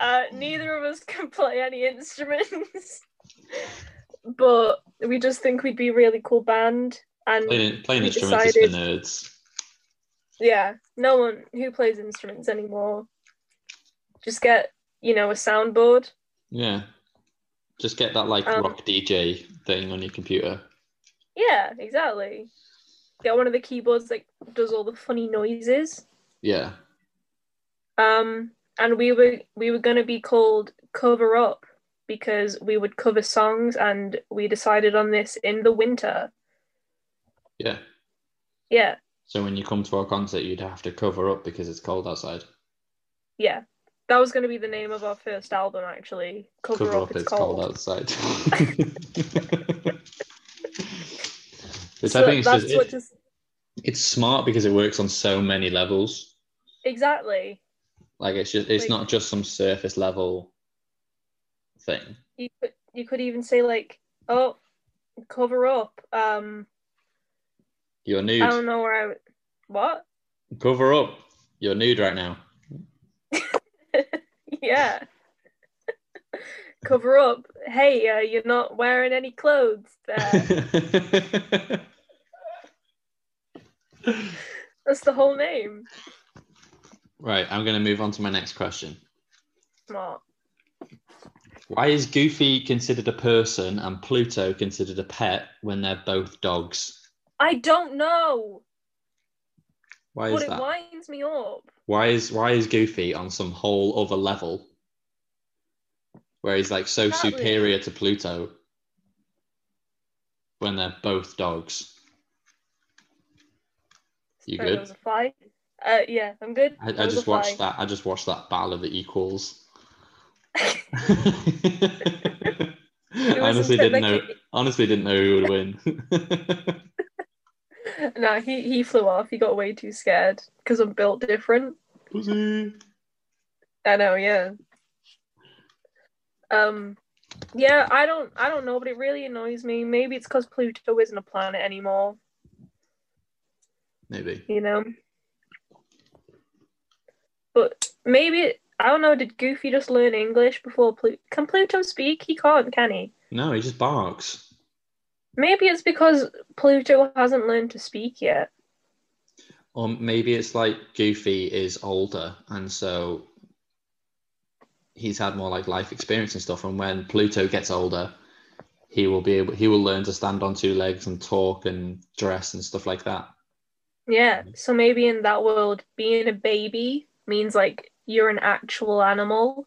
Speaker 1: Uh, neither of us can play any instruments, but we just think we'd be a really cool band. And
Speaker 2: playing playing
Speaker 1: We
Speaker 2: instruments is for nerds.
Speaker 1: Yeah, no one who plays instruments anymore. Just get, you know, a soundboard.
Speaker 2: Yeah. Just get that like
Speaker 1: Um,
Speaker 2: rock DJ thing on your computer.
Speaker 1: Yeah, exactly. Get one of the keyboards that does all the funny noises.
Speaker 2: Yeah.
Speaker 1: Um, and we were we were gonna be called Cover Up because we would cover songs, and we decided on this in the winter.
Speaker 2: Yeah.
Speaker 1: Yeah,
Speaker 2: So when you come to our concert, you'd have to cover up because it's cold outside.
Speaker 1: yeah. That was gonna be the name of our first album, actually. Cover,
Speaker 2: cover
Speaker 1: up, it's, cold.
Speaker 2: outside. Which
Speaker 1: So
Speaker 2: I think it's
Speaker 1: that's
Speaker 2: just,
Speaker 1: what
Speaker 2: it-
Speaker 1: just
Speaker 2: it's smart because it works on so many levels.
Speaker 1: exactly.
Speaker 2: Like it's just it's
Speaker 1: Like-
Speaker 2: not just some surface level thing.
Speaker 1: you could you could even say like oh cover up um
Speaker 2: You're
Speaker 1: i
Speaker 2: nude.
Speaker 1: don't know where i would what
Speaker 2: Cover up. You're nude right now.
Speaker 1: yeah cover up hey uh, you're not wearing any clothes there that's the whole name
Speaker 2: right, I'm gonna move on to my next question.
Speaker 1: smart
Speaker 2: Why is Goofy considered a person and Pluto considered a pet when they're both dogs?
Speaker 1: i don't know
Speaker 2: Why
Speaker 1: but
Speaker 2: is
Speaker 1: it
Speaker 2: that?
Speaker 1: winds me up
Speaker 2: Why is why is Goofy on some whole other level where he's like so
Speaker 1: Exactly.
Speaker 2: superior to Pluto when they're both dogs? You
Speaker 1: Sorry,
Speaker 2: good?
Speaker 1: that was a fly uh yeah i'm good
Speaker 2: I,
Speaker 1: That
Speaker 2: I
Speaker 1: was
Speaker 2: just
Speaker 1: a fly.
Speaker 2: watched that. I just watched that Battle of the Equals.
Speaker 1: It was
Speaker 2: honestly didn't know.
Speaker 1: technically-
Speaker 2: Honestly didn't know who would win.
Speaker 1: no he, he flew off he got way too scared because i'm built different
Speaker 2: Pussy.
Speaker 1: I know, yeah. Um, yeah, I don't, I don't know, but it really annoys me. Maybe it's because Pluto isn't a planet anymore.
Speaker 2: Maybe.
Speaker 1: You know. But maybe I don't know. Did Goofy just learn English before Pluto? Can Pluto speak? He can't, can he?
Speaker 2: No, he just barks.
Speaker 1: Maybe it's because Pluto hasn't learned to speak yet.
Speaker 2: Or maybe it's like Goofy is older and so he's had more like life experience and stuff. And when Pluto gets older, he will be able he will learn to stand on two legs and talk and dress and stuff like that.
Speaker 1: Yeah. So maybe in that world, being a baby means like you're an actual animal.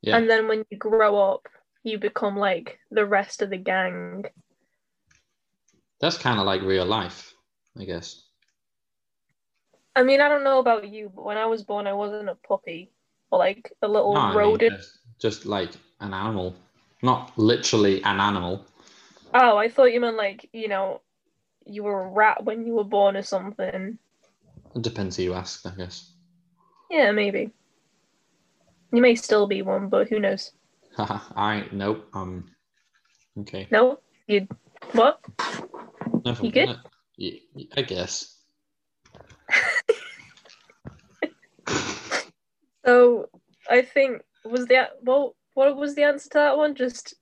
Speaker 2: Yeah.
Speaker 1: And then when you grow up, you become like the rest of the gang.
Speaker 2: That's kind of like real life, I guess.
Speaker 1: I mean, I don't know about you, but when I was born, I wasn't a puppy or like a little
Speaker 2: No, I mean,
Speaker 1: rodent.
Speaker 2: just, just like an animal, not literally an animal.
Speaker 1: Oh, I thought you meant like, you know, you were a rat when you were born or something.
Speaker 2: It depends who you ask, I guess.
Speaker 1: Yeah, maybe. You may still be one, but who knows?
Speaker 2: I nope. Um. Okay.
Speaker 1: No? You what?
Speaker 2: Nothing.
Speaker 1: You good?
Speaker 2: no- y- y- I guess.
Speaker 1: So I think was the well what was the answer to that one? Just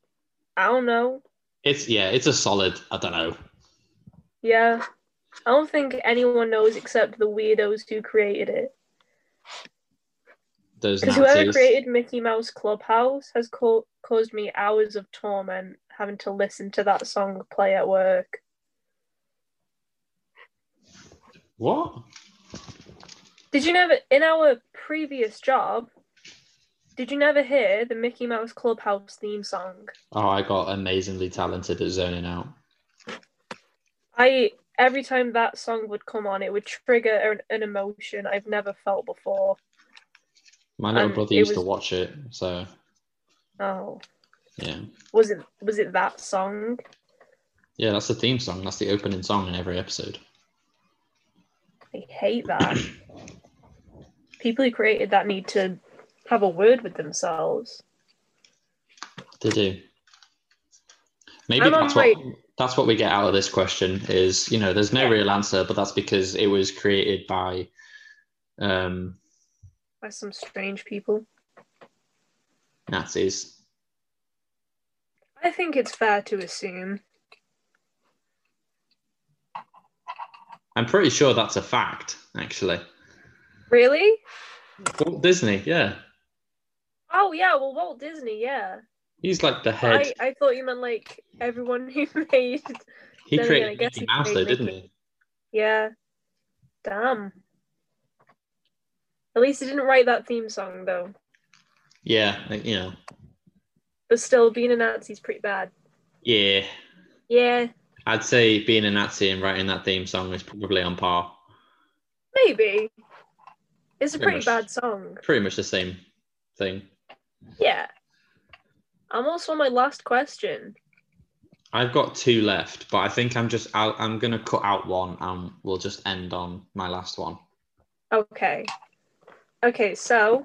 Speaker 1: I don't know.
Speaker 2: It's yeah. It's a solid. I don't know.
Speaker 1: Yeah. I don't think anyone knows except the weirdos who created it.
Speaker 2: Those
Speaker 1: Because whoever
Speaker 2: Nazis.
Speaker 1: created Mickey Mouse Clubhouse has co- caused me hours of torment having to listen to that song play at work.
Speaker 2: What?
Speaker 1: Did you never, in our previous job, did you never hear the Mickey Mouse Clubhouse theme song?
Speaker 2: Oh, I got amazingly talented at zoning out.
Speaker 1: I every time that song would come on, it would trigger an, an emotion I've never felt before.
Speaker 2: My little
Speaker 1: And
Speaker 2: brother
Speaker 1: it
Speaker 2: used to
Speaker 1: was-
Speaker 2: watch it, so
Speaker 1: Oh,
Speaker 2: yeah,
Speaker 1: was it was it that song?
Speaker 2: yeah. That's the theme song. That's the opening song in every episode.
Speaker 1: I hate that. People who created that need to have a word with themselves.
Speaker 2: They do. Maybe
Speaker 1: I'm on
Speaker 2: that's
Speaker 1: my-
Speaker 2: what that's what we get out of this question is you know there's no
Speaker 1: Yeah.
Speaker 2: real answer, but that's because it was created by um,
Speaker 1: By some strange people.
Speaker 2: Nazis.
Speaker 1: I think it's fair to assume.
Speaker 2: I'm pretty sure that's a fact, actually.
Speaker 1: Really?
Speaker 2: Walt Disney, yeah,
Speaker 1: Oh yeah, well Walt Disney, yeah.
Speaker 2: he's like the head.
Speaker 1: I, I thought you meant like everyone who made
Speaker 2: he
Speaker 1: then again, I
Speaker 2: created
Speaker 1: guess
Speaker 2: Mickey
Speaker 1: he
Speaker 2: Mouse, though,
Speaker 1: created
Speaker 2: didn't
Speaker 1: Mickey.
Speaker 2: he?
Speaker 1: Yeah. Damn. At least he didn't write that theme song though.
Speaker 2: Yeah, like, you know,
Speaker 1: But still being a Nazi's pretty bad.
Speaker 2: yeah.
Speaker 1: Yeah,
Speaker 2: I'd say being a Nazi and writing that theme song is probably on par.
Speaker 1: maybe. It's a
Speaker 2: Pretty
Speaker 1: pretty
Speaker 2: much.
Speaker 1: bad song.
Speaker 2: Pretty much the same thing.
Speaker 1: Yeah. I'm also on my last question.
Speaker 2: I've got two left, but I think I'm just out. I'm gonna cut out one, and we'll just end on my last one.
Speaker 1: Okay. Okay, so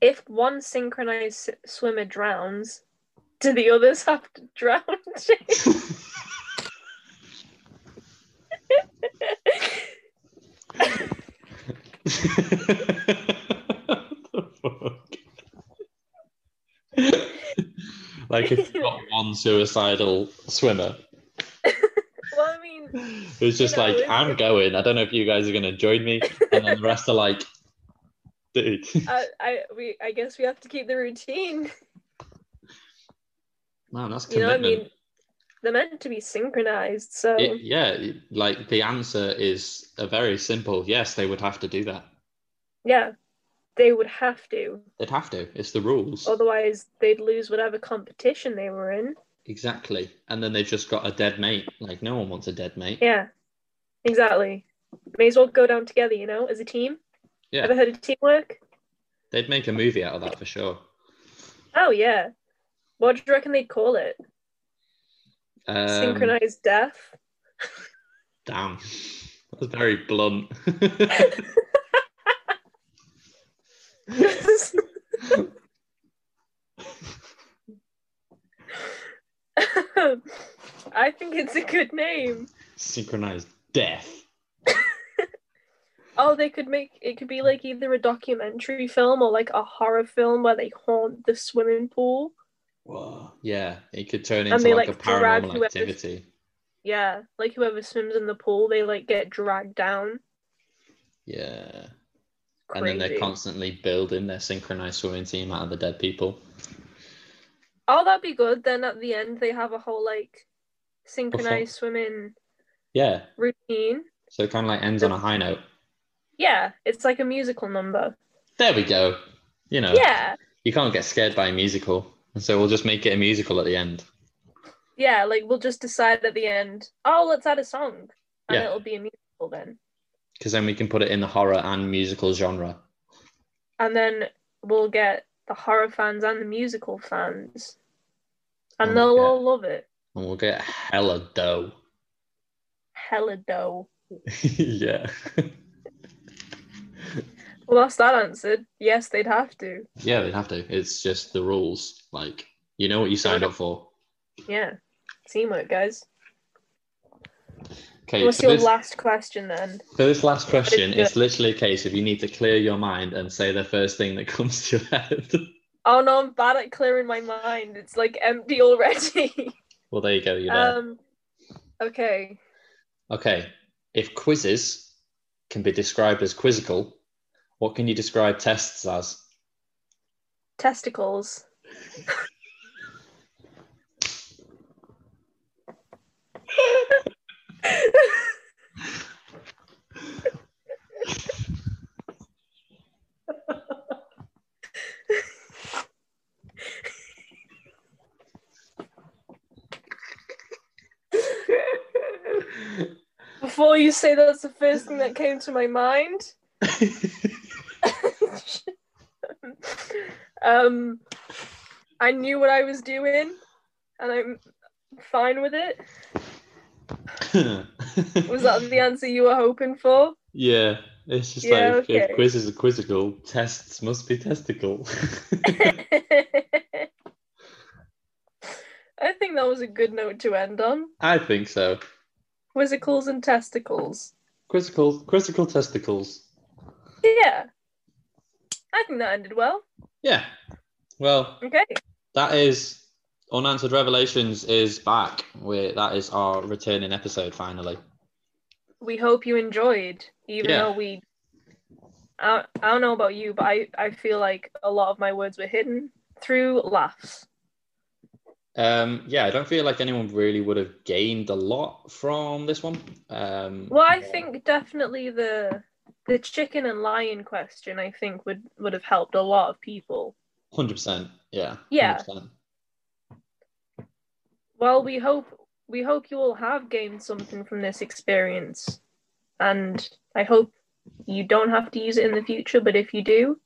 Speaker 1: if one synchronized s- swimmer drowns, do the others have to drown? too?
Speaker 2: The fuck? like if you've got one suicidal swimmer
Speaker 1: well, I mean,
Speaker 2: who's just
Speaker 1: You know,
Speaker 2: like,
Speaker 1: it's-
Speaker 2: "I'm going. I don't know if you guys are gonna join me," and then the rest are like, "Dude."
Speaker 1: I, I we I guess we have to keep the routine.
Speaker 2: Man, that's
Speaker 1: You know, what I
Speaker 2: commitment.
Speaker 1: mean, they're meant to be synchronized. So
Speaker 2: It- yeah, it- like the answer is a very simple yes, they would have to do that.
Speaker 1: yeah, they would have to.
Speaker 2: They'd have to. It's the rules.
Speaker 1: Otherwise, they'd lose whatever competition they were in.
Speaker 2: Exactly. And then they've just got a dead mate. Like, no one wants a dead mate.
Speaker 1: Yeah, exactly. May as well go down together. You know, as a team.
Speaker 2: Yeah.
Speaker 1: Ever heard of teamwork?
Speaker 2: They'd make a movie out of that for sure.
Speaker 1: Oh yeah. What do you reckon they'd call it?
Speaker 2: Um,
Speaker 1: synchronized death.
Speaker 2: Damn. That was very blunt.
Speaker 1: I think it's a good name.
Speaker 2: Synchronized death.
Speaker 1: Oh, they could make it could be like either a documentary film or like a horror film where they haunt the swimming pool.
Speaker 2: Whoa. Yeah, it could turn
Speaker 1: And
Speaker 2: into
Speaker 1: they,
Speaker 2: like,
Speaker 1: like,
Speaker 2: a
Speaker 1: drag
Speaker 2: paranormal
Speaker 1: whoever's-
Speaker 2: activity.
Speaker 1: Yeah, like whoever swims in the pool, they like get dragged down.
Speaker 2: Yeah. And
Speaker 1: Crazy.
Speaker 2: then they're constantly building their synchronized swimming team out of the dead people.
Speaker 1: oh, that'd be good. Then at the end, they have a whole like synchronized swimming
Speaker 2: Yeah.
Speaker 1: routine.
Speaker 2: So it kind of like ends on a high note.
Speaker 1: Yeah, it's like a musical number.
Speaker 2: There we go. You know,
Speaker 1: Yeah,
Speaker 2: you can't get scared by a musical. And so we'll just make it a musical at the end.
Speaker 1: yeah. Like we'll just decide at the end. Oh, let's add a song, and
Speaker 2: Yeah.
Speaker 1: it'll be a musical then.
Speaker 2: Because then we can put it in the horror and musical genre.
Speaker 1: and then we'll get the horror fans and the musical fans, and
Speaker 2: Oh,
Speaker 1: they'll
Speaker 2: yeah.
Speaker 1: all love it.
Speaker 2: And we'll get hella dough.
Speaker 1: Hella dough.
Speaker 2: yeah.
Speaker 1: Well, that's that answered. Yes, they'd have to.
Speaker 2: Yeah, they'd have to. It's just the rules. Like, you know what you signed up for.
Speaker 1: Yeah, teamwork, guys.
Speaker 2: Okay,
Speaker 1: What's
Speaker 2: for
Speaker 1: your
Speaker 2: this,
Speaker 1: last question then?
Speaker 2: for this last question,
Speaker 1: Good.
Speaker 2: it's literally a case of you need to clear your mind and say the first thing that comes to your head.
Speaker 1: Oh no, I'm bad at clearing my mind. It's like empty already.
Speaker 2: well, there you go. You're there.
Speaker 1: um, okay.
Speaker 2: Okay. If quizzes can be described as quizzical, what can you describe tests as?
Speaker 1: Testicles. Before you say that's the first thing that came to my mind. um, I knew what I was doing, and I'm fine with it. Was that the answer you were hoping for?
Speaker 2: yeah. It's just
Speaker 1: Yeah,
Speaker 2: like if,
Speaker 1: okay.
Speaker 2: if quizzes are quizzical, tests must be testicle.
Speaker 1: I think that was a good note to end on.
Speaker 2: I think so.
Speaker 1: Quizzicals and testicles.
Speaker 2: Quizzical, quizzical testicles.
Speaker 1: Yeah. I think that ended well.
Speaker 2: Yeah. Well,
Speaker 1: Okay.
Speaker 2: that is unanswered revelations is back. We that is our returning episode finally.
Speaker 1: We hope you enjoyed, even
Speaker 2: Yeah.
Speaker 1: though we. I, I don't know about you, but I, I feel like a lot of my words were hidden through laughs.
Speaker 2: Um, yeah, I don't feel like anyone really would have gained a lot from this one. Um,
Speaker 1: Well, I think definitely the the chicken and lion question I think would would have helped a lot of people.
Speaker 2: hundred percent. Yeah.
Speaker 1: Yeah.
Speaker 2: 100%.
Speaker 1: Well, we hope we hope you all have gained something from this experience, and I hope you don't have to use it in the future. But if you do,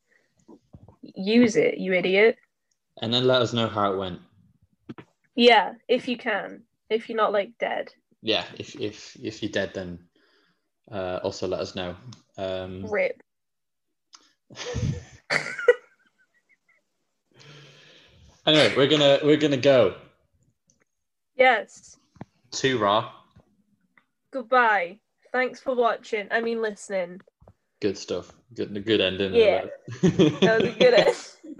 Speaker 1: use it, you idiot.
Speaker 2: And then let us know how it went.
Speaker 1: Yeah, if you can, if you're not like dead,
Speaker 2: Yeah. If if if you're dead, then uh, also let us know. Um,
Speaker 1: rip.
Speaker 2: anyway, we're gonna we're gonna go
Speaker 1: Yes.
Speaker 2: to raw.
Speaker 1: Goodbye. Thanks for watching. I mean, listening.
Speaker 2: Good stuff. Good good ending.
Speaker 1: Yeah. That was a good.